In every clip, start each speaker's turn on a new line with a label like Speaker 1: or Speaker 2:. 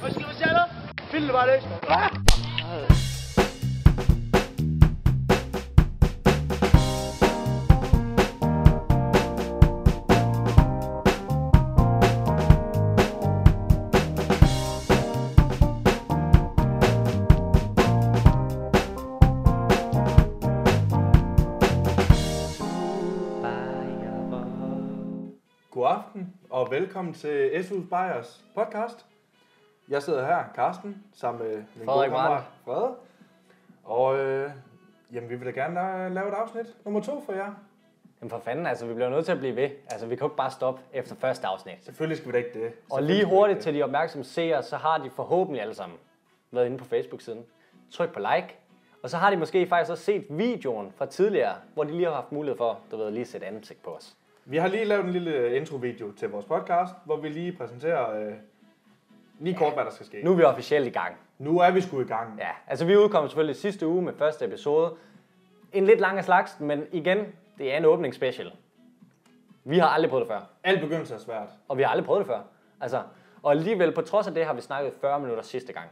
Speaker 1: Hvad skal vi sige nu? Find det bare løs.
Speaker 2: God aften og velkommen til SU Bajers podcast. Jeg sidder her, Karsten, sammen med min
Speaker 1: Frederik
Speaker 2: gode kammerat Frede. Og øh, jamen, vi vil da gerne øh, lave et afsnit nummer to for jer.
Speaker 3: Jamen for fanden, altså vi bliver nødt til at blive ved. Altså vi kan jo ikke bare stoppe efter første afsnit.
Speaker 2: Selvfølgelig skal vi da ikke det.
Speaker 3: Og lige hurtigt til de opmærksomme seere, så har de forhåbentlig alle sammen været inde på Facebook-siden. Tryk på like. Og så har de måske faktisk også set videoen fra tidligere, hvor de lige har haft mulighed for, du ved, lige at sætte ansigt på os.
Speaker 2: Vi har lige lavet en lille introvideo til vores podcast, hvor vi lige præsenterer øh, lige kort, hvad der skal ske.
Speaker 3: Nu er vi officielt i gang.
Speaker 2: Nu er vi sgu i gang.
Speaker 3: Ja, altså vi udkom selvfølgelig sidste uge med første episode. En lidt lang af slags, men igen, det er en åbningsspecial. Vi har aldrig prøvet det før.
Speaker 2: Alt begyndelse er svært.
Speaker 3: Og vi har aldrig prøvet det før. Altså, og alligevel, på trods af det, har vi snakket 40 minutter sidste gang.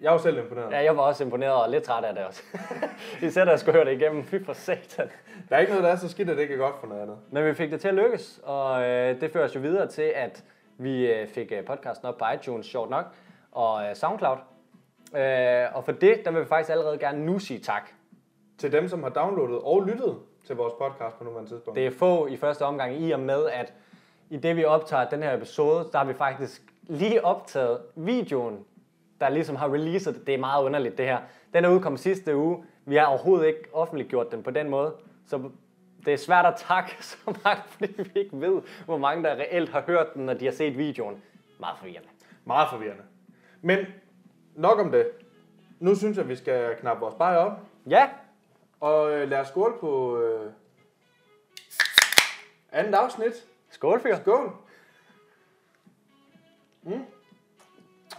Speaker 2: Jeg er jo selv imponeret.
Speaker 3: Ja, jeg var også imponeret og lidt træt af det også. Især da jeg skulle høre det igennem. Fy for satan.
Speaker 2: Der er ikke noget, der er så skidt, at det ikke er godt for noget andet.
Speaker 3: Men vi fik det til at lykkes, og øh, det fører os jo videre til, at vi øh, fik øh, podcasten op på iTunes, sjovt nok, og øh, SoundCloud. Øh, og for det, der vil vi faktisk allerede gerne nu sige tak.
Speaker 2: Til dem, som har downloadet og lyttet til vores podcast på nuværende tidspunkt.
Speaker 3: Det er få i første omgang i og med, at i det vi optager den her episode, der har vi faktisk lige optaget videoen, der ligesom har releaset det. Det er meget underligt det her. Den er udkommet sidste uge. Vi har overhovedet ikke offentliggjort den på den måde. Så det er svært at takke så mange, fordi vi ikke ved, hvor mange der reelt har hørt den, når de har set videoen. Meget forvirrende.
Speaker 2: Meget forvirrende. Men nok om det. Nu synes jeg, vi skal knappe vores bajer op.
Speaker 3: Ja,
Speaker 2: Og øh, lad os skåle på øh, andet afsnit.
Speaker 3: skål fyr.
Speaker 2: Skål. Mm.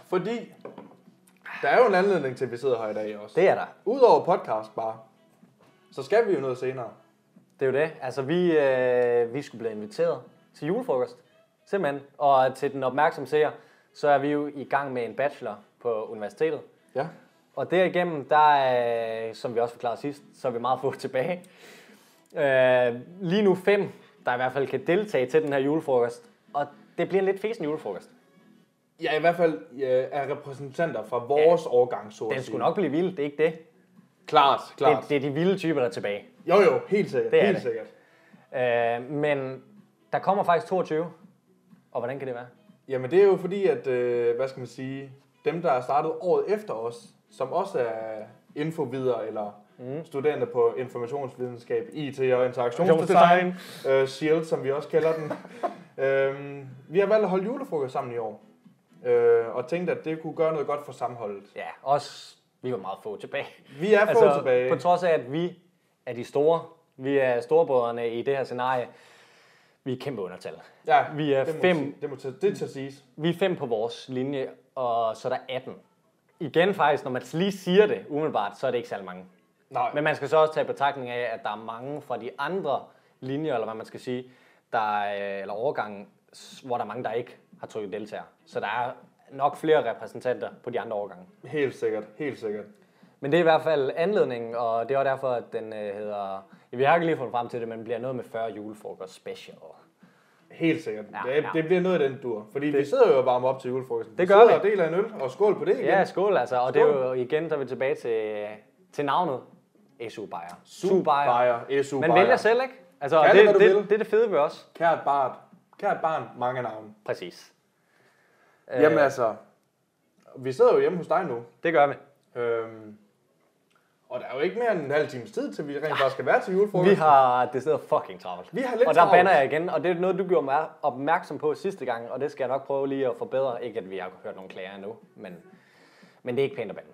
Speaker 2: Fordi der er jo en anledning til, at vi sidder her i dag også.
Speaker 3: Det er der.
Speaker 2: Udover podcast bare, så skal vi jo noget senere.
Speaker 3: Det er jo det. Altså, vi, øh, vi skulle blive inviteret til julefrokost, simpelthen. Og til den opmærksomme seer, så er vi jo i gang med en bachelor på universitetet.
Speaker 2: Ja.
Speaker 3: Og derigennem, der er, øh, som vi også forklarede sidst, så er vi meget få tilbage. Øh, lige nu fem, der i hvert fald kan deltage til den her julefrokost. Og det bliver en lidt fesen julefrokost.
Speaker 2: Ja, i hvert fald øh, er repræsentanter fra vores ja. årgang, så at
Speaker 3: Den
Speaker 2: sige.
Speaker 3: skulle nok blive vild, det er ikke det.
Speaker 2: Klart, klart.
Speaker 3: Det,
Speaker 2: Det,
Speaker 3: det er de vilde typer, der er tilbage.
Speaker 2: Jo, jo, helt sikkert.
Speaker 3: Det er
Speaker 2: helt
Speaker 3: det.
Speaker 2: sikkert.
Speaker 3: Øh, men der kommer faktisk 22. Og hvordan kan det være?
Speaker 2: Jamen det er jo fordi, at, øh, hvad skal man sige, dem der er startet året efter os, som også er infovider eller mm. studerende på informationsvidenskab, IT og interaktionsdesign, øh, SHIELD som vi også kalder den. øhm, vi har valgt at holde julefrokost sammen i år, øh, og tænkte at det kunne gøre noget godt for sammenholdet.
Speaker 3: Ja, også vi var meget få tilbage.
Speaker 2: Vi er få tilbage.
Speaker 3: Altså, På trods af, at vi er de store, vi er storebrødrene i det her scenarie, vi er kæmpe undertal.
Speaker 2: Ja,
Speaker 3: vi er
Speaker 2: det må,
Speaker 3: fem.
Speaker 2: sige- Det, må, til- det er til at siges.
Speaker 3: Vi er fem på vores linje, og så er der 18. Igen faktisk, når man lige siger det umiddelbart, så er det ikke særlig mange.
Speaker 2: Nej,
Speaker 3: Men man skal så også tage i betragtning af, at der er mange fra de andre linjer, eller hvad man skal sige, der, øh, eller overgangen, s- hvor der er mange, der ikke har trykket deltager. Så der er nok flere repræsentanter på de andre overgange.
Speaker 2: helt sikkert, helt sikkert.
Speaker 3: Men det er i hvert fald anledningen, og det var derfor, at den øh, hedder... Ja, vi har ikke lige fundet frem til det, men den bliver noget med 40 julefrokost special.
Speaker 2: Helt sikkert. Ja,
Speaker 3: Ja,
Speaker 2: det,
Speaker 3: ja.
Speaker 2: det bliver noget af den dur. Fordi det, vi sidder jo og varmer op til julefrokosten.
Speaker 3: Det
Speaker 2: vi
Speaker 3: gør
Speaker 2: sidder
Speaker 3: vi.
Speaker 2: og deler en øl, og skål på det igen.
Speaker 3: Ja, skål altså. Og det er
Speaker 2: Skål.
Speaker 3: jo igen, der er vi tilbage til, til navnet. SU Bayer.
Speaker 2: SU Bayer, SU
Speaker 3: Man
Speaker 2: Bayer.
Speaker 3: vælger selv, ikke? Altså,
Speaker 2: Kald
Speaker 3: og
Speaker 2: det,
Speaker 3: det,
Speaker 2: hvad du
Speaker 3: det, det,
Speaker 2: vil.
Speaker 3: det, er det fede ved os.
Speaker 2: Kært barn, kært barn, mange navne.
Speaker 3: Præcis.
Speaker 2: Øh. Jamen altså, vi sidder jo hjemme hos dig nu.
Speaker 3: Det gør vi.
Speaker 2: Øhm, og der er jo ikke mere end en halv times tid, til vi rent faktisk skal være til julefrokost.
Speaker 3: Vi har det sidder fucking travlt.
Speaker 2: Vi har lidt
Speaker 3: og der
Speaker 2: travlt.
Speaker 3: banner jeg igen, og det er noget, du gjorde mig opmærksom på sidste gang, og det skal jeg nok prøve lige at forbedre. Ikke at vi har hørt nogle klager endnu, men, men det er ikke pænt at bande.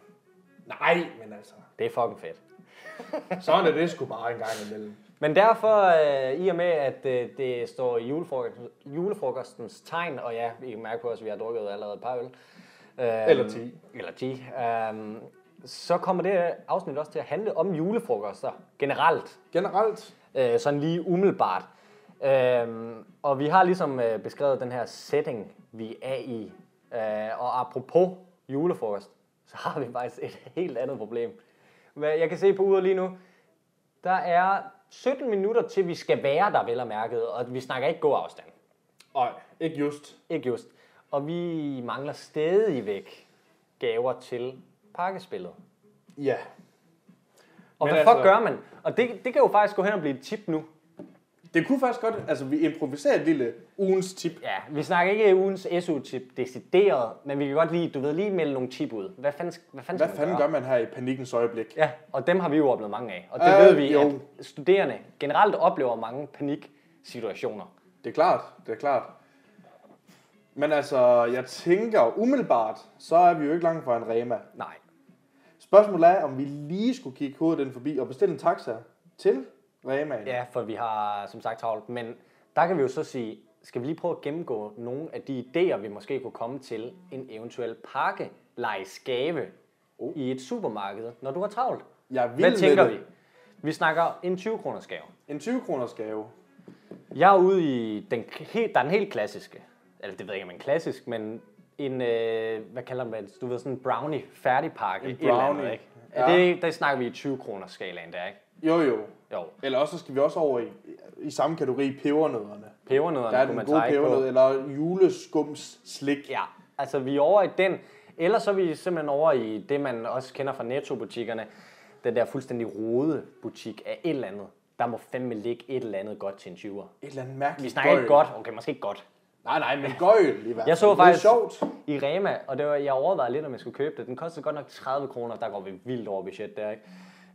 Speaker 2: Nej, men altså,
Speaker 3: Det er fucking fedt.
Speaker 2: sådan er det sgu bare en gang imellem.
Speaker 3: Men derfor, øh, i og med, at øh, det står i julefrokosten, julefrokostens tegn, og ja, I kan mærke på os, at vi har drukket allerede et par øl, Øhm,
Speaker 2: Eller 10.
Speaker 3: Eller 10. Øhm, så kommer det afsnit også til at handle om julefrokoster generelt.
Speaker 2: Generelt,
Speaker 3: øh, sådan lige umiddelbart. Øhm, og vi har ligesom øh, beskrevet den her setting, vi er i. Øh, og apropos julefrokost, så har vi faktisk et helt andet problem. Hvad jeg kan se på uret lige nu, der er 17 minutter til, vi skal være der, vel og mærket, og vi snakker ikke god afstand.
Speaker 2: og ikke just.
Speaker 3: Ikke just. Og vi mangler stadigvæk gaver til pakkespillet.
Speaker 2: Ja.
Speaker 3: Og
Speaker 2: Men
Speaker 3: hvad altså... fuck
Speaker 2: altså-
Speaker 3: gør man? Og det, det kan jo faktisk gå hen og blive et tip nu.
Speaker 2: Det kunne faktisk godt, altså vi improviserer et lille ugens tip.
Speaker 3: Ja, vi snakker ikke ugens SU-tip decideret, men vi kan godt lige, du ved, lige melde nogle tip ud. Hvad fanden, hvad fanden,
Speaker 2: Hvad
Speaker 3: skal man
Speaker 2: fanden
Speaker 3: gøre?
Speaker 2: gør man her i panikkens øjeblik?
Speaker 3: Ja, og dem har vi jo oplevet mange af. Og det
Speaker 2: Øh,
Speaker 3: ved vi,
Speaker 2: jo.
Speaker 3: jo. at studerende generelt oplever mange paniksituationer.
Speaker 2: Det er klart, det er klart. Men altså, jeg tænker umiddelbart, så er vi jo ikke langt fra en Rema.
Speaker 3: Nej.
Speaker 2: Spørgsmålet er, om vi lige skulle kigge hovedet ind forbi og bestille en taxa til Remaen.
Speaker 3: Ja, for vi har som sagt travlt. Men der kan vi jo så sige, skal vi lige prøve at gennemgå nogle af de idéer, vi måske kunne komme til en eventuel pakkelejsgave oh. i et supermarked, når du har travlt.
Speaker 2: Jeg er vild
Speaker 3: Hvad tænker
Speaker 2: med
Speaker 3: vi?
Speaker 2: det.
Speaker 3: Vi snakker en 20-kroners gave.
Speaker 2: En 20 kroners gave.
Speaker 3: Jeg er ude i den k- helt, der er den helt klassiske. Eller det ved jeg ikke, om en klassisk, men en, øh, hvad kalder man det? Du ved, sådan en brownie færdigpakke. En Eller andet,
Speaker 2: brownie.
Speaker 3: ikke?
Speaker 2: Ja.
Speaker 3: Ja. Det, der snakker vi i 20 kroner skalaen der, ikke?
Speaker 2: Jo jo.
Speaker 3: Jo,
Speaker 2: Eller også så skal vi også over i, i samme kategori pebernødderne.
Speaker 3: pebernødderne
Speaker 2: Der er
Speaker 3: kunne
Speaker 2: den
Speaker 3: man
Speaker 2: gode
Speaker 3: trække
Speaker 2: pebernød,
Speaker 3: på.
Speaker 2: eller juleskums slik.
Speaker 3: Ja, altså vi er over i den. Ellers så er vi simpelthen over i det, man også kender fra Netto-butikkerne. Den der fuldstændig rode butik af et eller andet. Der må fandme ligge et eller andet godt til en 20'er.
Speaker 2: Et eller andet mærkeligt
Speaker 3: Vi snakker ikke
Speaker 2: gøjl.
Speaker 3: godt. Okay, måske ikke godt.
Speaker 2: Nej, nej, men gøjl i hvert fald.
Speaker 3: Jeg så
Speaker 2: Det er
Speaker 3: faktisk
Speaker 2: sjovt.
Speaker 3: i Rema, og det var, jeg overvejede lidt, om jeg skulle købe det. Den kostede godt nok 30 kroner, der går vi vildt over budget der, ikke?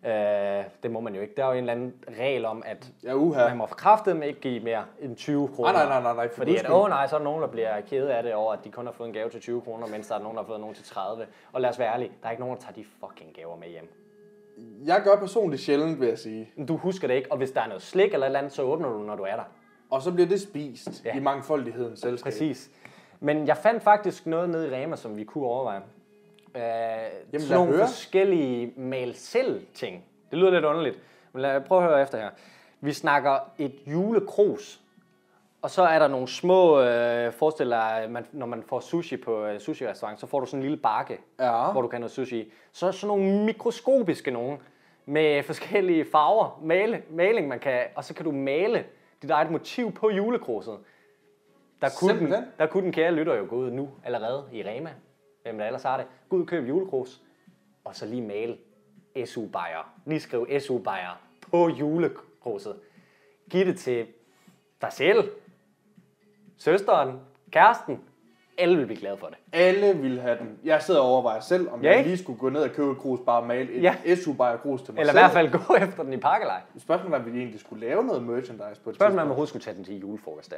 Speaker 3: Øh, det må man jo ikke. Der er jo en eller anden regel om, at
Speaker 2: Ja, uha.
Speaker 3: man må forkræftet med ikke give mere end 20 kroner.
Speaker 2: Nej, nej, nej, nej, nej, for
Speaker 3: Fordi at,
Speaker 2: guds skyld.
Speaker 3: åh nej, så er der nogen, der bliver kede af det over, at de kun har fået en gave til 20 kroner, mens der er nogen, der har fået nogen til 30. Og lad os være ærlige, der er ikke nogen, der tager de fucking gaver med hjem.
Speaker 2: Jeg gør personligt sjældent, vil jeg sige.
Speaker 3: Men Du husker det ikke, og hvis der er noget slik eller et eller andet, så åbner du, når du er der.
Speaker 2: Og så bliver det spist ja.
Speaker 3: Ja.
Speaker 2: i mangfoldighedens selskab.
Speaker 3: Præcis. Men jeg fandt faktisk noget nede i Rema, som vi kunne overveje. Øh, Jamen,
Speaker 2: lad
Speaker 3: sådan nogle
Speaker 2: høre.
Speaker 3: forskellige mal selv ting. Det lyder lidt underligt, men lad, prøv at høre efter her. Vi snakker et julekrus, og så er der nogle små, øh, forestil dig, man, når man får sushi på øh, sushi-restaurant, så får du sådan en lille bakke,
Speaker 2: Ja.
Speaker 3: hvor du kan have noget sushi i. Så er sådan nogle mikroskopiske nogen, med forskellige farver, male, maling man kan, og så kan du male dit eget motiv på julekruset. Der kunne, den,
Speaker 2: Simpelthen.
Speaker 3: der kunne den kære lytter jo gå ud nu allerede i Rema, hvem der ellers har det. Gå ud og køb julekrus, og så lige male su bajer Lige skriv su bajer på julekruset. Giv det til dig selv, søsteren, kæresten. Alle vil blive glade for det.
Speaker 2: Alle vil have den. Jeg sidder og overvejer selv, om
Speaker 3: Ja,
Speaker 2: jeg
Speaker 3: ikke?
Speaker 2: lige skulle gå ned og købe et krus, bare male et
Speaker 3: Ja.
Speaker 2: su bare krus til mig
Speaker 3: Eller i
Speaker 2: selv.
Speaker 3: hvert fald gå efter den i pakkelej.
Speaker 2: Spørgsmålet er, om vi egentlig skulle lave noget merchandise på et
Speaker 3: Spørgsmålet er, om man
Speaker 2: tidspunkt.
Speaker 3: overhovedet skulle tage den til julefrokost der.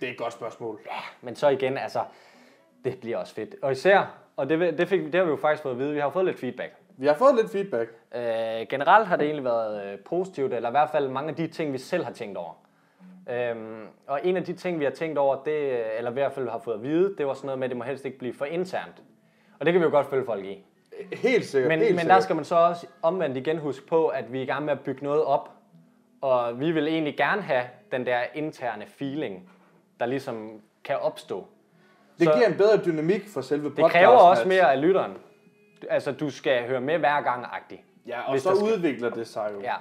Speaker 2: Det er et godt spørgsmål.
Speaker 3: Men så igen, altså, det bliver også fedt. Og især, og det, det, fik, det har vi jo faktisk fået at vide, vi har fået lidt feedback.
Speaker 2: Vi har fået lidt feedback.
Speaker 3: Øh, generelt har det egentlig været øh, positivt, eller i hvert fald mange af de ting, vi selv har tænkt over. Øhm, og en af de ting, vi har tænkt over, det, øh, eller i hvert fald har fået at vide, det var sådan noget med, at det må helst ikke blive for internt. Og det kan vi jo godt følge folk i.
Speaker 2: Helt sikkert,
Speaker 3: Men,
Speaker 2: helt
Speaker 3: men der
Speaker 2: sikkert.
Speaker 3: skal man så også omvendt igen huske på, at vi er i gang med at bygge noget op. Og vi vil egentlig gerne have den der interne feeling, der ligesom kan opstå.
Speaker 2: Det
Speaker 3: så-
Speaker 2: giver en bedre dynamik for selve
Speaker 3: Det
Speaker 2: podcasten.
Speaker 3: kræver også
Speaker 2: at-
Speaker 3: mere af lytteren. Altså, du skal høre med hver gang, agtig.
Speaker 2: Ja, og
Speaker 3: hvis
Speaker 2: så
Speaker 3: der skal-
Speaker 2: udvikler det sig jo.
Speaker 3: Ja.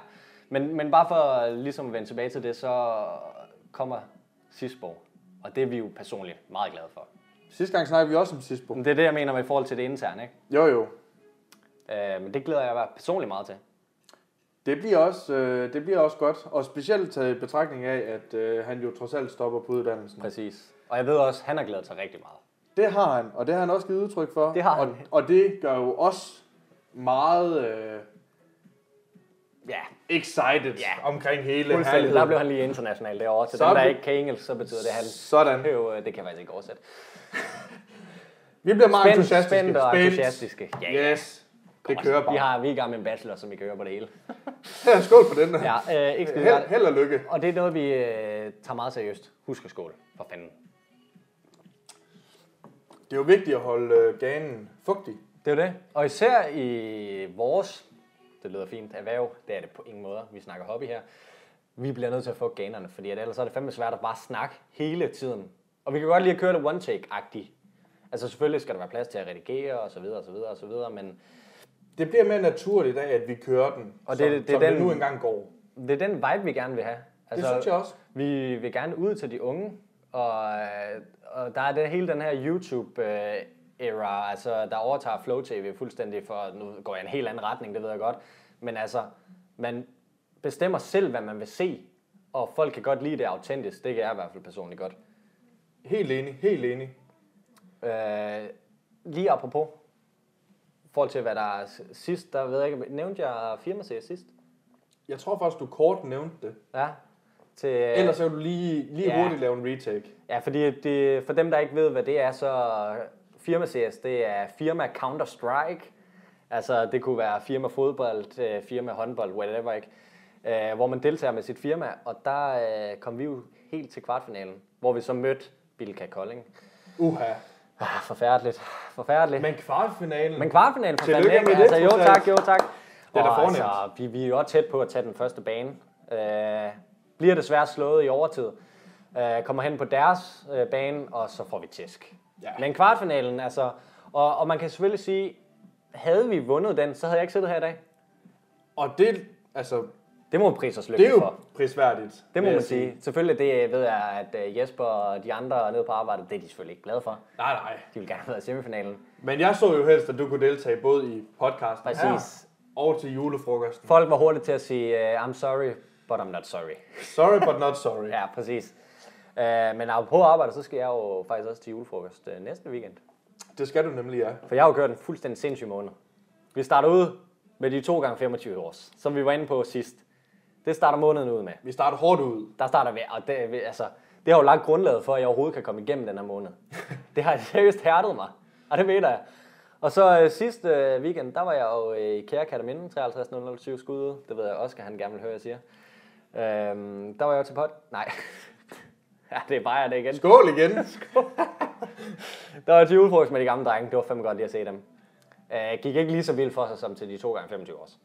Speaker 3: Men, men bare for at ligesom at vende tilbage til det, så kommer Sisbo. Og det er vi jo personligt meget glade for.
Speaker 2: Sidste gang snakkede vi også om sidst på.
Speaker 3: Men det er det, jeg mener med i forhold til det interne, ikke?
Speaker 2: Jo, jo.
Speaker 3: Øh, men det glæder jeg mig personligt meget til.
Speaker 2: Det bliver, også, øh, det bliver også godt, og specielt taget i betragtning af, at øh, han jo trods alt stopper på uddannelsen.
Speaker 3: Præcis. Og jeg ved også, han har glædet sig rigtig meget.
Speaker 2: Det har han, og det har han også givet udtryk for.
Speaker 3: Det har
Speaker 2: og,
Speaker 3: han.
Speaker 2: og det gør jo os meget øh,
Speaker 3: Ja,
Speaker 2: excited
Speaker 3: Ja.
Speaker 2: omkring hele
Speaker 3: Fuldstændig. Der blev han lige international derovre. Til
Speaker 2: Så
Speaker 3: så dem, der
Speaker 2: blev-
Speaker 3: ikke kan engelsk, så betyder det, at han...
Speaker 2: Sådan.
Speaker 3: Det, er jo, øh, det kan jeg faktisk ikke oversætte.
Speaker 2: Vi bliver meget
Speaker 3: Spændt,
Speaker 2: entusiastiske.
Speaker 3: spændt og
Speaker 2: Spændt.
Speaker 3: entusiastiske. Ja, ja. altså,
Speaker 2: Yes, det kører bare.
Speaker 3: Vi, har, vi er i gang med en bachelor, som vi kan høre på det hele.
Speaker 2: Ja, skål for den der.
Speaker 3: Ja, øh, ikke skide
Speaker 2: Held,
Speaker 3: godt.
Speaker 2: held og lykke.
Speaker 3: Og det er noget, vi øh, tager meget seriøst. Husk at skåle. For fanden.
Speaker 2: Det er jo vigtigt at holde øh, ganen fugtig.
Speaker 3: Det er jo det. Og især i vores, det lyder fint, erhverv, det er det på ingen måde, vi snakker hobby her, vi bliver nødt til at få ganerne, fordi at ellers er det fandme svært at bare snakke hele tiden. Og vi kan godt lige køre det one-take-agtigt. Altså selvfølgelig skal der være plads til at redigere og så videre og så videre og så videre, men
Speaker 2: Det bliver mere naturligt af, at vi kører den,
Speaker 3: Og
Speaker 2: som,
Speaker 3: det- det er
Speaker 2: som den...
Speaker 3: den- Altså-
Speaker 2: det nu engang går.
Speaker 3: det er den vibe, vi gerne vil have.
Speaker 2: Det synes jeg også.
Speaker 3: Vi vil gerne ud til de unge, og, øh, og der er det hele den her YouTube-era, altså der overtager Flow TV fuldstændig for, nu går jeg i en helt anden retning, det ved jeg godt, men altså, man bestemmer selv, hvad man vil se, og folk kan godt lide det autentisk, det kan jeg i hvert fald personligt godt.
Speaker 2: Helt enig, helt enig.
Speaker 3: Øh, lige apropos, i forhold til hvad der er s- sidst, der ved jeg ikke, nævnte jeg firmaserie sidst?
Speaker 2: Jeg tror faktisk, du kort nævnte det.
Speaker 3: Ja, til, øh,
Speaker 2: Ellers så vil du lige, lige
Speaker 3: Ja.
Speaker 2: hurtigt lave en retake.
Speaker 3: Ja, fordi det, for dem, der ikke ved, hvad det er, så firma CS, det er firma Counter-Strike. Altså, det kunne være firma fodbold, øh, firma håndbold, whatever, ikke? Øh, hvor man deltager med sit firma, og der øh, kom vi jo helt til kvartfinalen, hvor vi så mødte Bilka Kolding.
Speaker 2: Uha.
Speaker 3: Ah, forfærdeligt, forfærdeligt. Men,
Speaker 2: Men kvartfinalen,
Speaker 3: Men kvartfinalen for fanden,
Speaker 2: Tillykke
Speaker 3: ikke?
Speaker 2: med det,
Speaker 3: Altså, jo
Speaker 2: trods
Speaker 3: tak,
Speaker 2: alt.
Speaker 3: jo tak.
Speaker 2: Det er da
Speaker 3: Og altså,
Speaker 2: fornemt.
Speaker 3: vi, vi er jo også tæt på at tage den første bane. Øh, bliver desværre slået i overtid. Øh, kommer hen på deres øh, bane, og så får vi tæsk. Ja.
Speaker 2: Ja.
Speaker 3: Men kvartfinalen, altså... Og, og man kan selvfølgelig sige, havde vi vundet den, så havde jeg ikke siddet her i dag.
Speaker 2: og det, altså,
Speaker 3: Det må vi prise os
Speaker 2: det er
Speaker 3: lykkelige
Speaker 2: jo
Speaker 3: for.
Speaker 2: prisværdigt.
Speaker 3: Det må
Speaker 2: vil jeg
Speaker 3: man sige. Selvfølgelig, det ved jeg, at øh, Jesper og de andre nede på arbejdet, det er de selvfølgelig ikke glade for.
Speaker 2: Nej, nej.
Speaker 3: De vil gerne have været i semifinalen.
Speaker 2: Men jeg så jo helst, at du kunne deltage både i podcasten
Speaker 3: Præcis.
Speaker 2: her og til julefrokosten.
Speaker 3: Folk var hurtigt til at sige, øh, I'm sorry, but I'm not sorry.
Speaker 2: Sorry, but not sorry.
Speaker 3: Ja, præcis. Øh, men på arbejde, så skal jeg jo faktisk også til julefrokost øh, næste weekend.
Speaker 2: Det skal du nemlig, ja.
Speaker 3: For jeg har jo kørt en fuldstændig sindssyg måned. Vi starter ud med de 2 gange 25 års, som vi var inde på sidst. Det starter måneden ud med.
Speaker 2: Vi starter hårdt ud.
Speaker 3: Der starter vi, og det, vi- altså, det har jo lagt grundlaget for, at jeg overhovedet kan komme igennem den her måned. det har seriøst hærdet mig, og det ved jeg. Og så øh, sidste øh, weekend, der var jeg jo øh, i Kære Kataminde, 53007 skud. Det ved jeg også, at han gerne vil høre, jeg siger. Øhm, der var jeg jo til pot. Nej. ja, det er bare jeg det igen.
Speaker 2: Skål igen.
Speaker 3: Der var til julefrokost med de gamle drenge. Det var fandme godt lige at se dem. Øh, gik ikke lige så vildt for sig som til de 2 gange 25 års.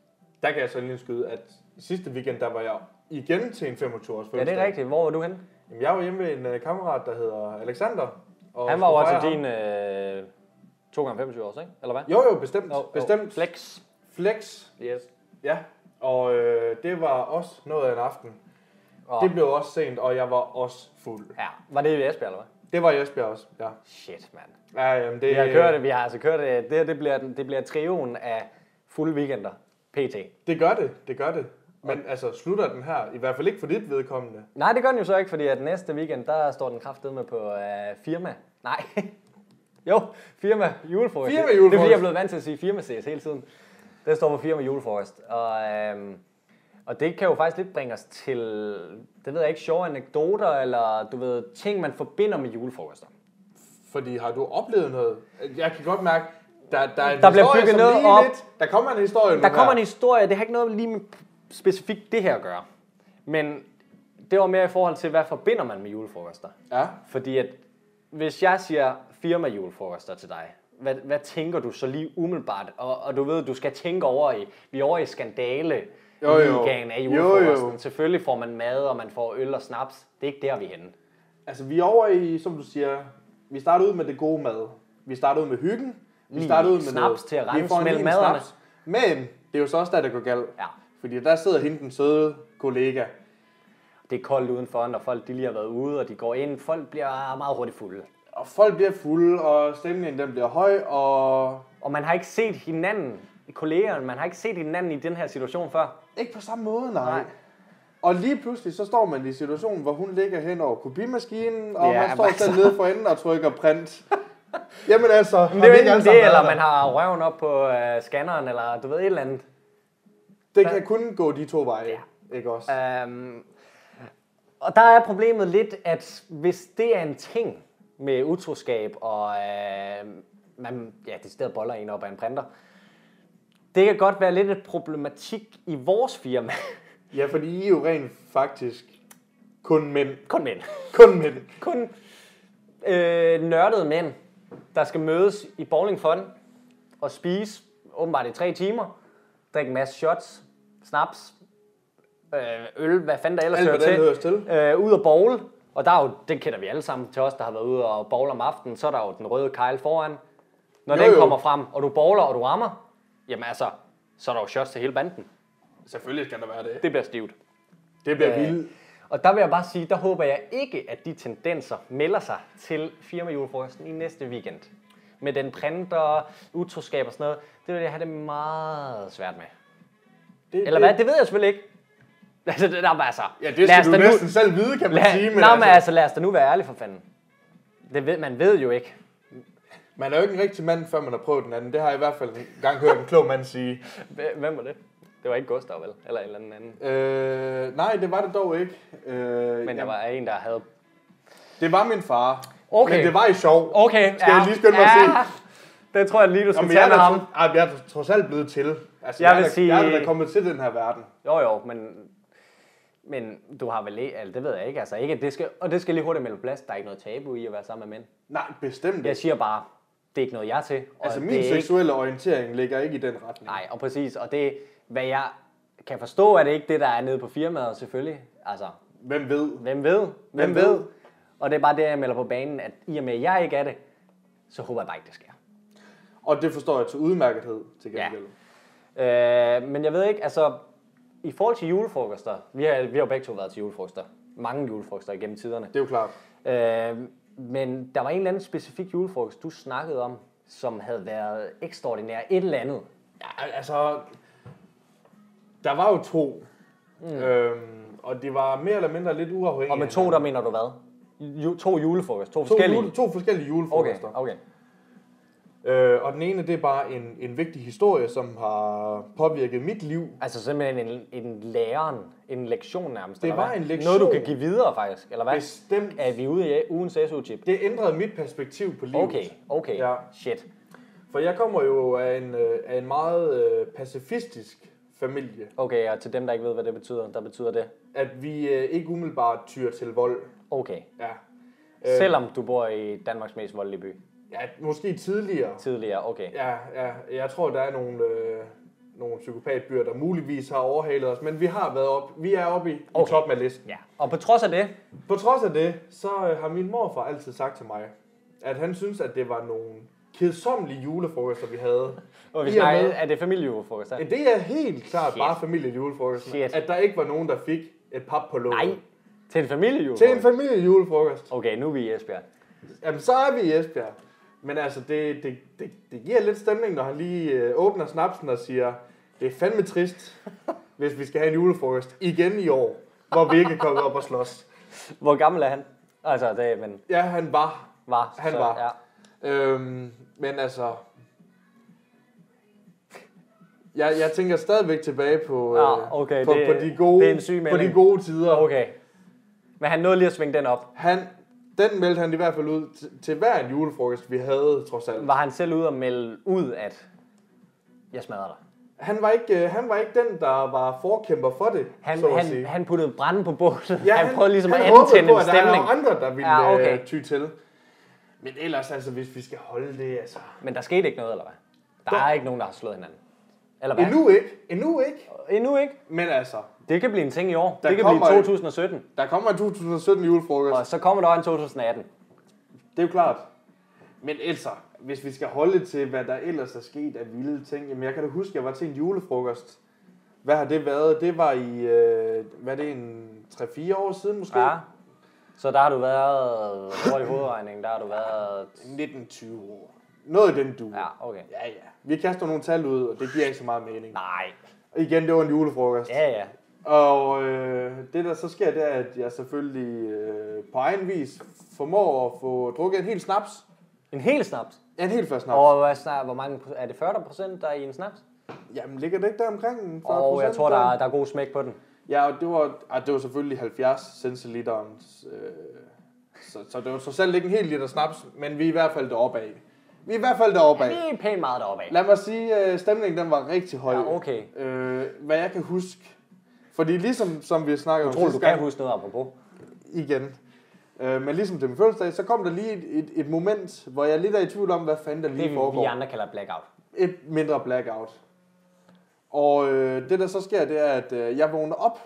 Speaker 2: Der kan jeg så lige skyde, at sidste weekend, der var jeg igen til en 25-års
Speaker 3: Ja,
Speaker 2: fødselsdag.
Speaker 3: det er rigtigt. Hvor var du henne?
Speaker 2: Jamen, jeg var hjemme ved en uh, kammerat, der hedder Alexander. Og
Speaker 3: Han var over
Speaker 2: skulle
Speaker 3: til
Speaker 2: fejre
Speaker 3: din øh, 2 gange 25 års, ikke? Eller hvad?
Speaker 2: ham. Jo, jo, bestemt.
Speaker 3: Jo, jo.
Speaker 2: bestemt.
Speaker 3: Flex.
Speaker 2: Flex.
Speaker 3: Yes.
Speaker 2: Ja, og øh, det var også noget af en aften.
Speaker 3: Og,
Speaker 2: Det blev også sent, og jeg var også fuld.
Speaker 3: ja, var det i Esbjerg, eller hvad?
Speaker 2: Det var Jesper også, ja.
Speaker 3: Shit, mand.
Speaker 2: Ja, jamen, det,
Speaker 3: Vi har kørt det, vi har altså kørt det. Det her, det bliver, den- det bliver trioen af fulde weekender. PT.
Speaker 2: Det gør det, det gør det. Men altså, slutter den her, i hvert fald ikke for dit vedkommende.
Speaker 3: Nej, det gør den jo så ikke, fordi at næste weekend, der står den kraftedeme på øh, firma. Nej. jo, firma julefrokost.
Speaker 2: Firma
Speaker 3: Det er fordi,
Speaker 2: julefrokost.
Speaker 3: jeg er blevet vant til at sige firma CS hele tiden. Det står på firma julefrokost. Og, øhm, og det kan jo faktisk lidt bringe os til, det ved jeg ikke, sjove anekdoter, eller du ved, ting, man forbinder med julefrokoster.
Speaker 2: Fordi har du oplevet noget? Jeg kan godt mærke, der, der er en
Speaker 3: Der bliver
Speaker 2: historie,
Speaker 3: bygget
Speaker 2: som
Speaker 3: noget
Speaker 2: lige
Speaker 3: op.
Speaker 2: Lidt, der kommer en historie nu
Speaker 3: Der kommer en
Speaker 2: her.
Speaker 3: historie, det har ikke noget lige med specifikt det her at gøre. Men det var mere i forhold til, hvad forbinder man med julefrokoster?
Speaker 2: Ja,
Speaker 3: Fordi at, hvis jeg siger firma julefrokoster til dig, hvad, hvad tænker du så lige umiddelbart? Og, og du ved, du skal tænke over i, vi er over i skandale
Speaker 2: Jo, jo.
Speaker 3: ligaen af
Speaker 2: Jo,
Speaker 3: julefrokosten.
Speaker 2: jo.
Speaker 3: Selvfølgelig får man mad, og man får øl og snaps. Det er ikke der, vi er henne.
Speaker 2: altså vi er over i, som du siger, vi starter ud med det gode mad. Vi starter ud med hyggen. Vi
Speaker 3: Lige
Speaker 2: starter ud med
Speaker 3: snaps
Speaker 2: noget.
Speaker 3: til at
Speaker 2: Vi
Speaker 3: rense
Speaker 2: får en
Speaker 3: mellem
Speaker 2: lille
Speaker 3: maderne.
Speaker 2: snaps. Men det er jo så også der, det går galt.
Speaker 3: Ja.
Speaker 2: Fordi der sidder hende den søde kollega.
Speaker 3: Det er koldt udenfor, når folk de lige har været ude, og de går ind. Folk bliver meget hurtigt fulde.
Speaker 2: Og folk bliver fulde, og stemningen den bliver høj, og
Speaker 3: Og man har ikke set hinanden, kollegerne, man har ikke set hinanden i den her situation før.
Speaker 2: Ikke på samme måde, nej.
Speaker 3: Nej.
Speaker 2: nej. Og lige pludselig, så står man i situationen, hvor hun ligger hen over kopimaskinen, og
Speaker 3: Ja,
Speaker 2: ja, man står
Speaker 3: men altså-
Speaker 2: selv nede for enden og trykker print. Jamen altså,
Speaker 3: Men det er jo
Speaker 2: alle
Speaker 3: enten
Speaker 2: sammen
Speaker 3: det, eller
Speaker 2: været
Speaker 3: man
Speaker 2: der.
Speaker 3: har røven op på øh, scanneren, eller du ved, et eller andet.
Speaker 2: Det kan kun gå de to veje, ja. ikke også?
Speaker 3: Øhm, og der er problemet lidt, at hvis det er en ting med utroskab, og øh, man ja, decideret boller en op af en printer, det kan godt være lidt et problematik i vores firma.
Speaker 2: Ja, fordi I er jo rent faktisk kun mænd.
Speaker 3: Kun mænd.
Speaker 2: Kun mænd.
Speaker 3: Kun øh, nørdede mænd. der skal mødes i Bowling Fun og spise åbenbart i tre timer, drikke en masse shots, snaps, øh, øl, hvad fanden der ellers
Speaker 2: Alt,
Speaker 3: hører
Speaker 2: hvad der høres
Speaker 3: til,
Speaker 2: til.
Speaker 3: Øh, ud og bowl. Og der er jo, det kender vi alle sammen til os, der har været ude og bowle om aftenen, så er der jo den røde kejl foran. Når
Speaker 2: Jo,
Speaker 3: jo, den
Speaker 2: jo.
Speaker 3: kommer frem, og du bowler, og du rammer, jamen altså, så er der jo shots til hele banden.
Speaker 2: Selvfølgelig skal der være det.
Speaker 3: Det bliver stivt.
Speaker 2: Det bliver
Speaker 3: Ja.
Speaker 2: vildt.
Speaker 3: Og der vil jeg bare sige, der håber jeg ikke, at de tendenser melder sig til firmajulefrokosten i næste weekend. Med den print og utroskab og sådan noget, det vil jeg have det meget svært med.
Speaker 2: Det,
Speaker 3: Eller hvad? Det ved jeg selvfølgelig ikke. Altså, det der er bare så.
Speaker 2: Ja, det
Speaker 3: lad os
Speaker 2: skal
Speaker 3: da
Speaker 2: du
Speaker 3: nu-
Speaker 2: næsten selv vide, kan man
Speaker 3: Lad,
Speaker 2: sige.
Speaker 3: men nej, altså. men altså, lad os da nu være ærlig for fanden. Det ved, man ved jo ikke. altså-
Speaker 2: Man er jo ikke en rigtig mand, før man har prøvet den anden. Det har jeg i hvert fald en gang hørt en klog mand sige.
Speaker 3: Hvem hvem var det? Det var ikke Gustav, vel? Eller en eller anden anden.
Speaker 2: Øh, nej, det var det dog ikke. Øh,
Speaker 3: Men jeg var en, der havde...
Speaker 2: Det var min far.
Speaker 3: Okay.
Speaker 2: Men det var i sjov.
Speaker 3: Okay,
Speaker 2: Skal jeg lige skynde mig at se?
Speaker 3: Det tror jeg lige, du skal
Speaker 2: Jamen,
Speaker 3: tage
Speaker 2: jeg,
Speaker 3: med
Speaker 2: er
Speaker 3: ham.
Speaker 2: da, ej, jeg er da trods alt blevet til. Altså,
Speaker 3: Jeg
Speaker 2: jeg,
Speaker 3: vil
Speaker 2: er da,
Speaker 3: sige-
Speaker 2: jeg er da kommet til den her verden.
Speaker 3: Jo, jo, men, men du har vel ikke, altså, det ved jeg ikke, altså ikke, at det skal, og det skal lige hurtigt melde på plads, der er ikke noget tabu i at være sammen med mænd.
Speaker 2: Nej, bestemt ikke.
Speaker 3: Jeg siger bare, det er ikke noget, jeg er til. Og
Speaker 2: altså,
Speaker 3: det
Speaker 2: min
Speaker 3: er ikke,
Speaker 2: seksuelle orientering ligger ikke i den retning.
Speaker 3: Nej, og præcis, og det, hvad jeg kan forstå, er det ikke det, der er nede på firmaet, selvfølgelig. Altså,
Speaker 2: Hvem ved?
Speaker 3: hvem ved? Hvem,
Speaker 2: Hvem ved?
Speaker 3: Og det er bare det, jeg melder på banen, at i og med, at jeg ikke er det, så håber jeg bare ikke, det sker.
Speaker 2: Og det forstår jeg til udmærkethed til
Speaker 3: Ja.
Speaker 2: gengæld.
Speaker 3: Øh, men jeg ved ikke, altså, i forhold til julefrokoster, vi har, vi har jo begge to været til julefrokoster, mange julefrokoster igennem tiderne.
Speaker 2: Det er jo klart.
Speaker 3: Øh, men der var en eller anden specifik julefrokost, du snakkede om, som havde været ekstraordinær et eller andet.
Speaker 2: Ja, altså, der var jo to. Mm. Øhm, og de var mere eller mindre lidt uafhængige.
Speaker 3: Og med
Speaker 2: af
Speaker 3: to, der
Speaker 2: hinanden.
Speaker 3: mener du hvad? Ju- to julefrokost, to,
Speaker 2: to,
Speaker 3: forskellige?
Speaker 2: jule, to forskellige
Speaker 3: okay,
Speaker 2: julefrokoster.
Speaker 3: okay.
Speaker 2: Øh, og den ene, det er bare en, en vigtig historie, som har påvirket mit liv.
Speaker 3: Altså simpelthen en, en læreren, en lektion nærmest,
Speaker 2: Det
Speaker 3: eller
Speaker 2: var
Speaker 3: hvad?
Speaker 2: en lektion.
Speaker 3: Noget, du kan give videre faktisk, eller hvad?
Speaker 2: Bestemt.
Speaker 3: Er vi ude i ugens SU-chip?
Speaker 2: Det ændrede mit perspektiv på livet.
Speaker 3: Okay, okay,
Speaker 2: Ja.
Speaker 3: ja. shit.
Speaker 2: For jeg kommer jo af en, øh, af en meget øh, pacifistisk familie,
Speaker 3: Okay, og til dem, der ikke ved, hvad det betyder, der betyder det.
Speaker 2: at vi øh, ikke umiddelbart tyr til vold.
Speaker 3: Okay.
Speaker 2: Ja.
Speaker 3: Øh. Selvom du bor i Danmarks mest voldelige by
Speaker 2: ja, måske tidligere.
Speaker 3: tidligere, okay. Ja.
Speaker 2: Ja, ja, jeg tror, der er nogle, øh, nogle psykopatbyer, der muligvis har overhalet os, men vi har været op, vi er oppe i, okay. i
Speaker 3: Okay.
Speaker 2: toppen af listen.
Speaker 3: ja. Og på trods af det,
Speaker 2: På trods af det, så øh, har min morfar altid sagt til mig, at han synes, at det var nogle kedsommelige julefrokoster, vi havde.
Speaker 3: og
Speaker 2: I
Speaker 3: vi
Speaker 2: og med-
Speaker 3: snakker, er det familiejulefrokost?
Speaker 2: Ja, Det er helt klart
Speaker 3: Shit.
Speaker 2: bare familiejulefrokosten,
Speaker 3: Shit.
Speaker 2: at der ikke var nogen, der fik et pap på låget.
Speaker 3: Nej, til en
Speaker 2: Til en
Speaker 3: familiejulefrokost?
Speaker 2: familiejulefrokost.
Speaker 3: Okay, nu er vi i Esbjerg.
Speaker 2: Jamen, så er vi i Esbjerg. Men altså, det, det, det, det giver lidt stemning, når han lige øh, åbner snapsen og siger, det er fandme trist, hvis vi skal have en julefrokost igen i år, hvor vi ikke er kommet op og slås.
Speaker 3: Hvor gammel er han? Altså, det er- men
Speaker 2: Ja, han var.
Speaker 3: var.
Speaker 2: Han var.
Speaker 3: Ja.
Speaker 2: Øhm, men altså... Jeg, jeg tænker stadigvæk tilbage på, øh,
Speaker 3: Ah, okay,
Speaker 2: på,
Speaker 3: det-
Speaker 2: på, de gode,
Speaker 3: det er en syg
Speaker 2: på de
Speaker 3: melding.
Speaker 2: gode tider.
Speaker 3: Okay. Men han nåede lige at svinge den op.
Speaker 2: Han, den meldte han i hvert fald ud til, til hver en julefrokost, vi havde, trods alt.
Speaker 3: Var han selv ude og melde ud, at jeg smadrer dig?
Speaker 2: Han var ikke, øh, han var ikke den, der var forkæmper for det,
Speaker 3: Han,
Speaker 2: så at
Speaker 3: han,
Speaker 2: sige.
Speaker 3: han puttede brænde på bålet. Ja, han, prøvede ligesom at
Speaker 2: håbede
Speaker 3: antænde
Speaker 2: på,
Speaker 3: en
Speaker 2: at der er
Speaker 3: stemning.
Speaker 2: nogle andre, der ville ja,
Speaker 3: Ja,
Speaker 2: okay.
Speaker 3: okay.
Speaker 2: ty til. Men ellers, altså, hvis vi skal holde det, altså...
Speaker 3: Men der skete ikke noget, eller hvad? Der,
Speaker 2: Der-
Speaker 3: er ikke nogen, der har slået hinanden. Eller hvad?
Speaker 2: Endnu ikke, endnu ikke.
Speaker 3: Endnu ikke.
Speaker 2: Men altså,
Speaker 3: Det kan blive en ting i år.
Speaker 2: Der
Speaker 3: det kan blive
Speaker 2: kommer-
Speaker 3: 2017.
Speaker 2: der kommer en 2017 julefrokost.
Speaker 3: Og så kommer der en 2018.
Speaker 2: Det er jo klart. Men altså, hvis vi skal holde til, hvad der ellers er sket af vilde ting. Jamen, jeg kan da huske, jeg var til en julefrokost. Hvad har det været? Det var i, øh, hvad er det, en 3-4 år siden måske?
Speaker 3: Ja. Så der har du været over i hovedregningen, der har du været...
Speaker 2: 19-20 år. Noget i den du.
Speaker 3: Ja, okay.
Speaker 2: ja, ja. Vi kaster nogle tal ud, og det giver ikke så meget mening.
Speaker 3: Nej.
Speaker 2: Og igen, det var en julefrokost.
Speaker 3: Ja, ja.
Speaker 2: Og øh, det, der så sker, det er, at jeg selvfølgelig øh, på egen vis formår at få drukket en hel snaps.
Speaker 3: En hel snaps.
Speaker 2: Ja, en helt fast snaps.
Speaker 3: Og hvad snak, hvor mange, pro- er det 40 procent, der er i en snaps?
Speaker 2: Jamen, ligger det ikke der omkring? 40%
Speaker 3: Og jeg tror,
Speaker 2: der?
Speaker 3: der er, der er god smæk på den.
Speaker 2: Ja, og det var, ah, det var selvfølgelig 70 centiliteren. Øh, så, så det var trods alt ikke en hel liter snaps, men vi er i hvert fald deroppe af. Vi er i hvert fald deroppe af.
Speaker 3: Det er pænt meget deroppe af.
Speaker 2: Lad mig sige, øh, stemningen den var rigtig høj.
Speaker 3: Ja, okay.
Speaker 2: Øh, hvad jeg kan huske. Fordi ligesom som vi snakkede om
Speaker 3: Tror du,
Speaker 2: sidste
Speaker 3: du kan
Speaker 2: gang,
Speaker 3: huske noget apropos?
Speaker 2: igen, Øh, men ligesom til min fødselsdag, så kom der lige et, et, et moment, hvor jeg lidt er i tvivl om, hvad fanden der lige
Speaker 3: Det vi
Speaker 2: foregår.
Speaker 3: andre kalder blackout.
Speaker 2: Et mindre blackout. Og øh, det der så sker, det er, at øh, jeg vågner op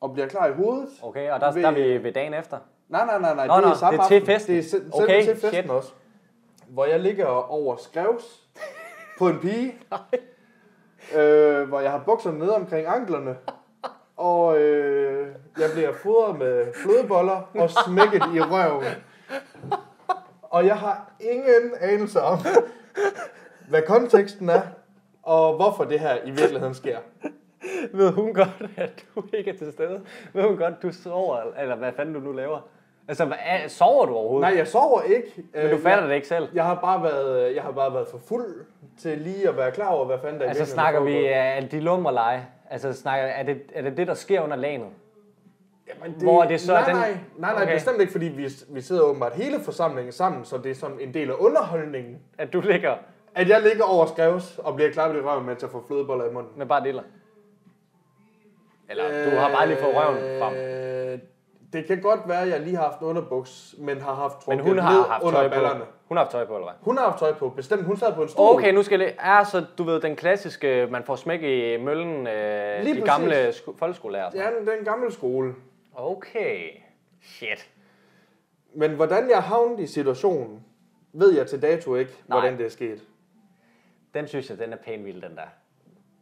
Speaker 2: og bliver klar i hovedet.
Speaker 3: Okay, og der,
Speaker 2: Ved-
Speaker 3: der er vi ved dagen efter.
Speaker 2: Nej, nej, nej, nej.
Speaker 3: Nå,
Speaker 2: det
Speaker 3: nå,
Speaker 2: er samme
Speaker 3: det er til
Speaker 2: aften.
Speaker 3: festen.
Speaker 2: Det er selv,
Speaker 3: Okay,
Speaker 2: okay, til festen
Speaker 3: shit.
Speaker 2: shit. også. Hvor jeg ligger over skrevs på en pige. øh, hvor jeg har bukserne nede omkring anklerne. Og øh, jeg bliver fodret med flødeboller og smækket i røven. Og jeg har ingen anelse om, hvad konteksten er, og hvorfor det her i virkeligheden sker.
Speaker 3: Ved hun godt, at du ikke er til stede? Ved hun godt, du sover, eller hvad fanden du nu laver? Altså, hvad, er, sover du overhovedet?
Speaker 2: Nej, jeg sover ikke. Øh,
Speaker 3: Men du fatter det ikke selv?
Speaker 2: Jeg har bare været, øh, jeg har bare været for fuld til lige at være klar over, hvad fanden der i
Speaker 3: Altså,
Speaker 2: virkeligheden
Speaker 3: snakker vi
Speaker 2: foregår.
Speaker 3: af de lumre lege? Altså, snakker, er, det, er det det, der sker under lanet?
Speaker 2: Jamen,
Speaker 3: øh, hvor er det så
Speaker 2: nej,
Speaker 3: den-
Speaker 2: Nej, nej, nej,
Speaker 3: Okay.
Speaker 2: okay. bestemt ikke, fordi vi, vi sidder åbenbart hele forsamlingen sammen, så det er sådan en del af underholdningen.
Speaker 3: At du ligger
Speaker 2: At jeg ligger over skrevs og bliver klappet i røven, mens jeg får flødeboller i munden.
Speaker 3: med bare diller? Eller, du har bare lige fået røven frem.
Speaker 2: Øh, Det kan godt være, at jeg lige har haft en underbuks, men har haft trukket
Speaker 3: Men hun
Speaker 2: ned
Speaker 3: har haft
Speaker 2: under
Speaker 3: tøj
Speaker 2: ballerne.
Speaker 3: på. Hun har haft tøj på, eller hvad?
Speaker 2: Hun har haft tøj på, bestemt. Hun sad på en stol.
Speaker 3: Okay, nu skal jeg lige... Er så, du ved, den klassiske, man får smæk i møllen, øh,
Speaker 2: Lige
Speaker 3: de
Speaker 2: præcis.
Speaker 3: gamle sko- folkeskolelærer. Ja.
Speaker 2: Ja, den, den gamle skole.
Speaker 3: Okay. Shit.
Speaker 2: Men hvordan jeg havnede i situationen, ved jeg til dato ikke,
Speaker 3: Nej.
Speaker 2: hvordan det er sket.
Speaker 3: Den synes jeg, den er pæn vild, den der.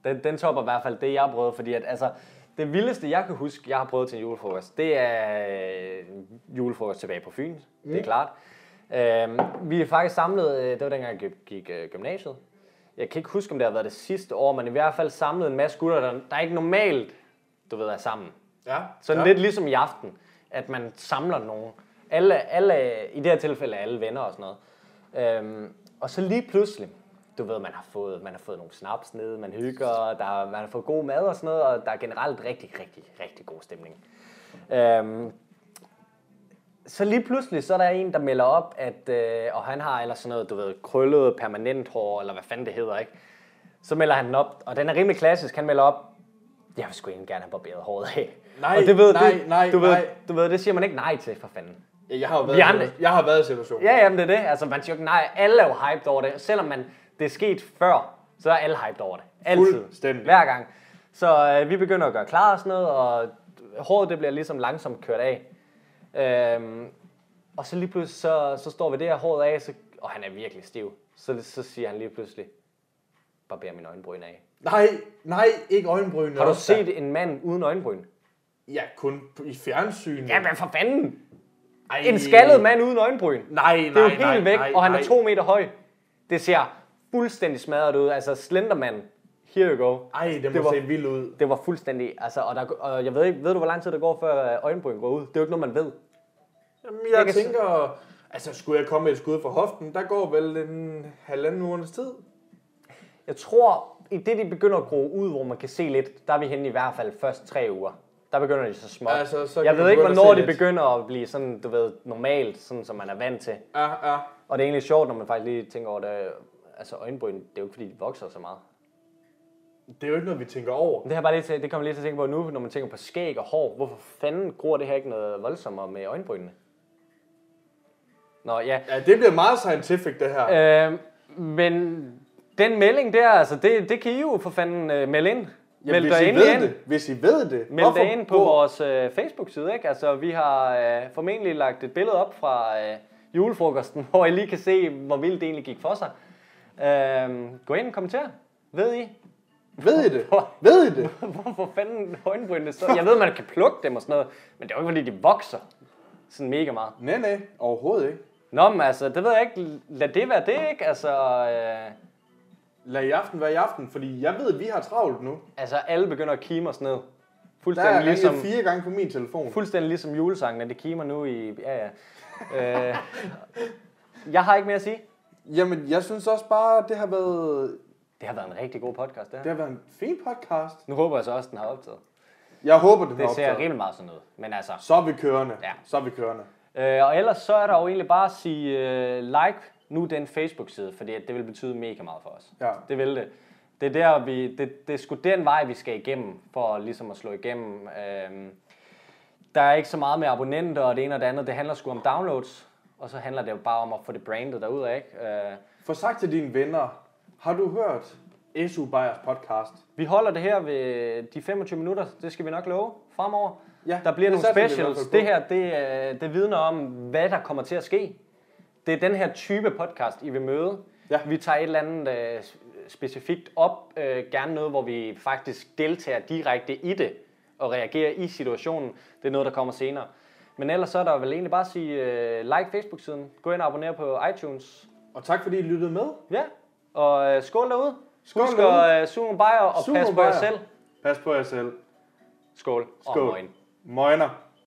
Speaker 3: Den, den topper i hvert fald det, jeg har prøvet, fordi at, altså, det vildeste, jeg kan huske, jeg har prøvet til en julefrokost, det er øh, julefrokost tilbage på Fyn, mm. det er klart. Øhm, vi er faktisk samlet, øh, det var dengang jeg gik- gik øh, gymnasiet. Jeg kan ikke huske, om det har været det sidste år, men i hvert fald samlet en masse gutter, der, der ikke normalt, du ved, er sammen.
Speaker 2: Ja.
Speaker 3: Sådan ja. lidt ligesom i aften, at man samler nogen. Alle, alle, I det her tilfælde er alle venner og sådan noget. Øhm, og så lige pludselig, du ved, man har fået, man har fået nogle snaps nede, man hygger, og der, man har fået god mad og sådan noget, og der er generelt rigtig, rigtig, rigtig god stemning. Øhm, så lige pludselig, så er der en, der melder op, at, øh, og han har eller sådan noget, du ved, krøllet permanent hår, eller hvad fanden det hedder, ikke? Så melder han den op, og den er rimelig klassisk, han melder op, jeg vil sgu egentlig gerne have barberet håret af.
Speaker 2: Nej,
Speaker 3: og det ved,
Speaker 2: nej,
Speaker 3: det,
Speaker 2: nej,
Speaker 3: du ved,
Speaker 2: nej.
Speaker 3: Du ved, det siger man ikke nej til, for fanden.
Speaker 2: Jeg har jo været,
Speaker 3: Vi andre-
Speaker 2: jeg har været i situationen.
Speaker 3: Ja, jamen det er det. Altså, man siger jo ikke nej. Alle er jo hyped over det. Selvom man, det er sket før, så er alle hyped over det. Altid.
Speaker 2: Fuldstændig.
Speaker 3: Hver gang. Så øh, vi begynder at gøre klar og sådan noget, og håret det bliver ligesom langsomt kørt af. Øhm, og så lige pludselig, så, så står vi der håret af, så, og han er virkelig stiv. Så, så siger han lige pludselig, barber min øjenbryn af.
Speaker 2: Nej, nej, ikke øjenbrynene.
Speaker 3: Har du
Speaker 2: også,
Speaker 3: set en mand uden øjenbryn?
Speaker 2: Ja, kun på- i fjernsynet.
Speaker 3: Jamen for fanden!
Speaker 2: Ej.
Speaker 3: En skaldet mand uden øjenbryn.
Speaker 2: Nej, nej,
Speaker 3: Det er jo
Speaker 2: nej,
Speaker 3: helt væk,
Speaker 2: nej,
Speaker 3: og han
Speaker 2: nej.
Speaker 3: er to meter høj. Det ser fuldstændig smadret ud. Altså Slenderman, here you go.
Speaker 2: Ej, det må
Speaker 3: Det var-
Speaker 2: se vildt ud.
Speaker 3: Det var fuldstændig, altså, og, der, og jeg ved ikke, ved du hvor lang tid der går, før øh, øjenbryn går ud? Det er jo ikke noget, man ved.
Speaker 2: Jamen,
Speaker 3: Jeg
Speaker 2: jeg,
Speaker 3: kan
Speaker 2: jeg tænker, altså skulle jeg komme med et skud fra hoften, der går vel en halvanden ugernes tid.
Speaker 3: Jeg tror, i det de begynder at gro ud, hvor man kan se lidt, der er vi henne i hvert fald først tre uger. Der begynder de så småt.
Speaker 2: Altså, så kan
Speaker 3: jeg
Speaker 2: man
Speaker 3: ved ikke,
Speaker 2: begynde at
Speaker 3: hvornår
Speaker 2: se
Speaker 3: det
Speaker 2: lidt.
Speaker 3: begynder at blive sådan, du ved, normalt, sådan som man er vant til.
Speaker 2: Ja, ja.
Speaker 3: Og det er egentlig sjovt, når man faktisk lige tænker over det. Altså øjenbryn, det er jo ikke fordi, de vokser så meget.
Speaker 2: Det er jo ikke noget, vi tænker over.
Speaker 3: Det, her bare lige til, det kommer lige til at tænke på nu, når man tænker på skæg og hår. Hvorfor fanden gror det her ikke noget voldsommere med øjenbrynene? Nå, ja.
Speaker 2: Ja, det bliver meget scientific, det her.
Speaker 3: Øh, men den melding der, altså, det, det kan I jo for fanden øh, melde ind. Meld
Speaker 2: hvis
Speaker 3: dig
Speaker 2: I
Speaker 3: ind
Speaker 2: ved
Speaker 3: igen.
Speaker 2: det, hvis I ved det.
Speaker 3: Meld dig
Speaker 2: hvorfor
Speaker 3: ind på
Speaker 2: går-
Speaker 3: vores øh, Facebook-side, ikke? Altså, vi har øh, formentlig lagt et billede op fra øh, julefrokosten, hvor I lige kan se, hvor vildt det egentlig gik for sig. Øh, gå ind og kommenter. Ved I,
Speaker 2: Ved I det? Ved I det?
Speaker 3: Hvorfor fanden øjenbrynene så? Jeg ved, man kan plukke dem og sådan noget, men det er jo ikke, fordi de vokser sådan mega meget.
Speaker 2: Nej, nej, overhovedet ikke.
Speaker 3: Nå, men altså, det ved jeg ikke. Lad det være det, ikke? Altså, øh,
Speaker 2: Lad i aften være i aften, fordi jeg ved, at vi har travlt nu.
Speaker 3: altså alle begynder at kime og sådan noget.
Speaker 2: Der er
Speaker 3: Fuldstændig
Speaker 2: ligesom...
Speaker 3: ligesom,
Speaker 2: fire gange på min telefon.
Speaker 3: fuldstændig ligesom julesangen, at det kimer nu i... Ja, ja. Øh, jeg har ikke mere at sige.
Speaker 2: Jamen, jeg synes også bare, at det har været,
Speaker 3: Det har været en rigtig god podcast, det
Speaker 2: det
Speaker 3: her.
Speaker 2: har været en fin podcast.
Speaker 3: Nu håber jeg så også, den har optaget.
Speaker 2: Jeg håber, den har
Speaker 3: Det ser
Speaker 2: optaget.
Speaker 3: rimelig meget sådan ud. Men altså,
Speaker 2: Så er vi kørende.
Speaker 3: Ja.
Speaker 2: Så er vi kørende.
Speaker 3: Øh, og ellers så er der jo egentlig bare at sige øh, like nu den Facebook-side, fordi at det vil betyde mega meget for os.
Speaker 2: Ja.
Speaker 3: Det vil det. Det er, der, vi, det, det er sgu den vej, vi skal igennem, for ligesom at slå igennem. Øh, der er ikke så meget med abonnenter og det ene og det andet. Det handler sgu om downloads, og så handler det jo bare om at få det brandet derud af, ikke? Øh,
Speaker 2: Få sagt til dine venner, har du hørt SU Bajers podcast?
Speaker 3: Vi holder det her ved de 25 minutter, det skal vi nok love fremover.
Speaker 2: Ja,
Speaker 3: der bliver
Speaker 2: det
Speaker 3: nogle
Speaker 2: satser vi i
Speaker 3: specials.
Speaker 2: hvert fald på.
Speaker 3: Det her, det, øh, det vidner om, hvad der kommer til at ske. Det er den her type podcast, I vil møde.
Speaker 2: Ja.
Speaker 3: Vi tager et eller andet øh, specifikt op, øh, gerne noget, hvor vi faktisk deltager direkte i det og reagerer i situationen. Det er noget, der kommer senere. Men ellers så er der vel egentlig bare at sige, øh, like Facebook-siden, gå ind og abonner på iTunes,
Speaker 2: Og tak fordi I lyttede med.
Speaker 3: Ja, og øh, skål derude.
Speaker 2: Skål
Speaker 3: Skål Husk
Speaker 2: derude.
Speaker 3: at øh, suge nogle bajer og
Speaker 2: Suge
Speaker 3: pas
Speaker 2: nogle
Speaker 3: på jer
Speaker 2: bajere.
Speaker 3: selv.
Speaker 2: Pas på jer selv.
Speaker 3: Skål.
Speaker 2: Skål.
Speaker 3: Og moin.
Speaker 2: Møgner.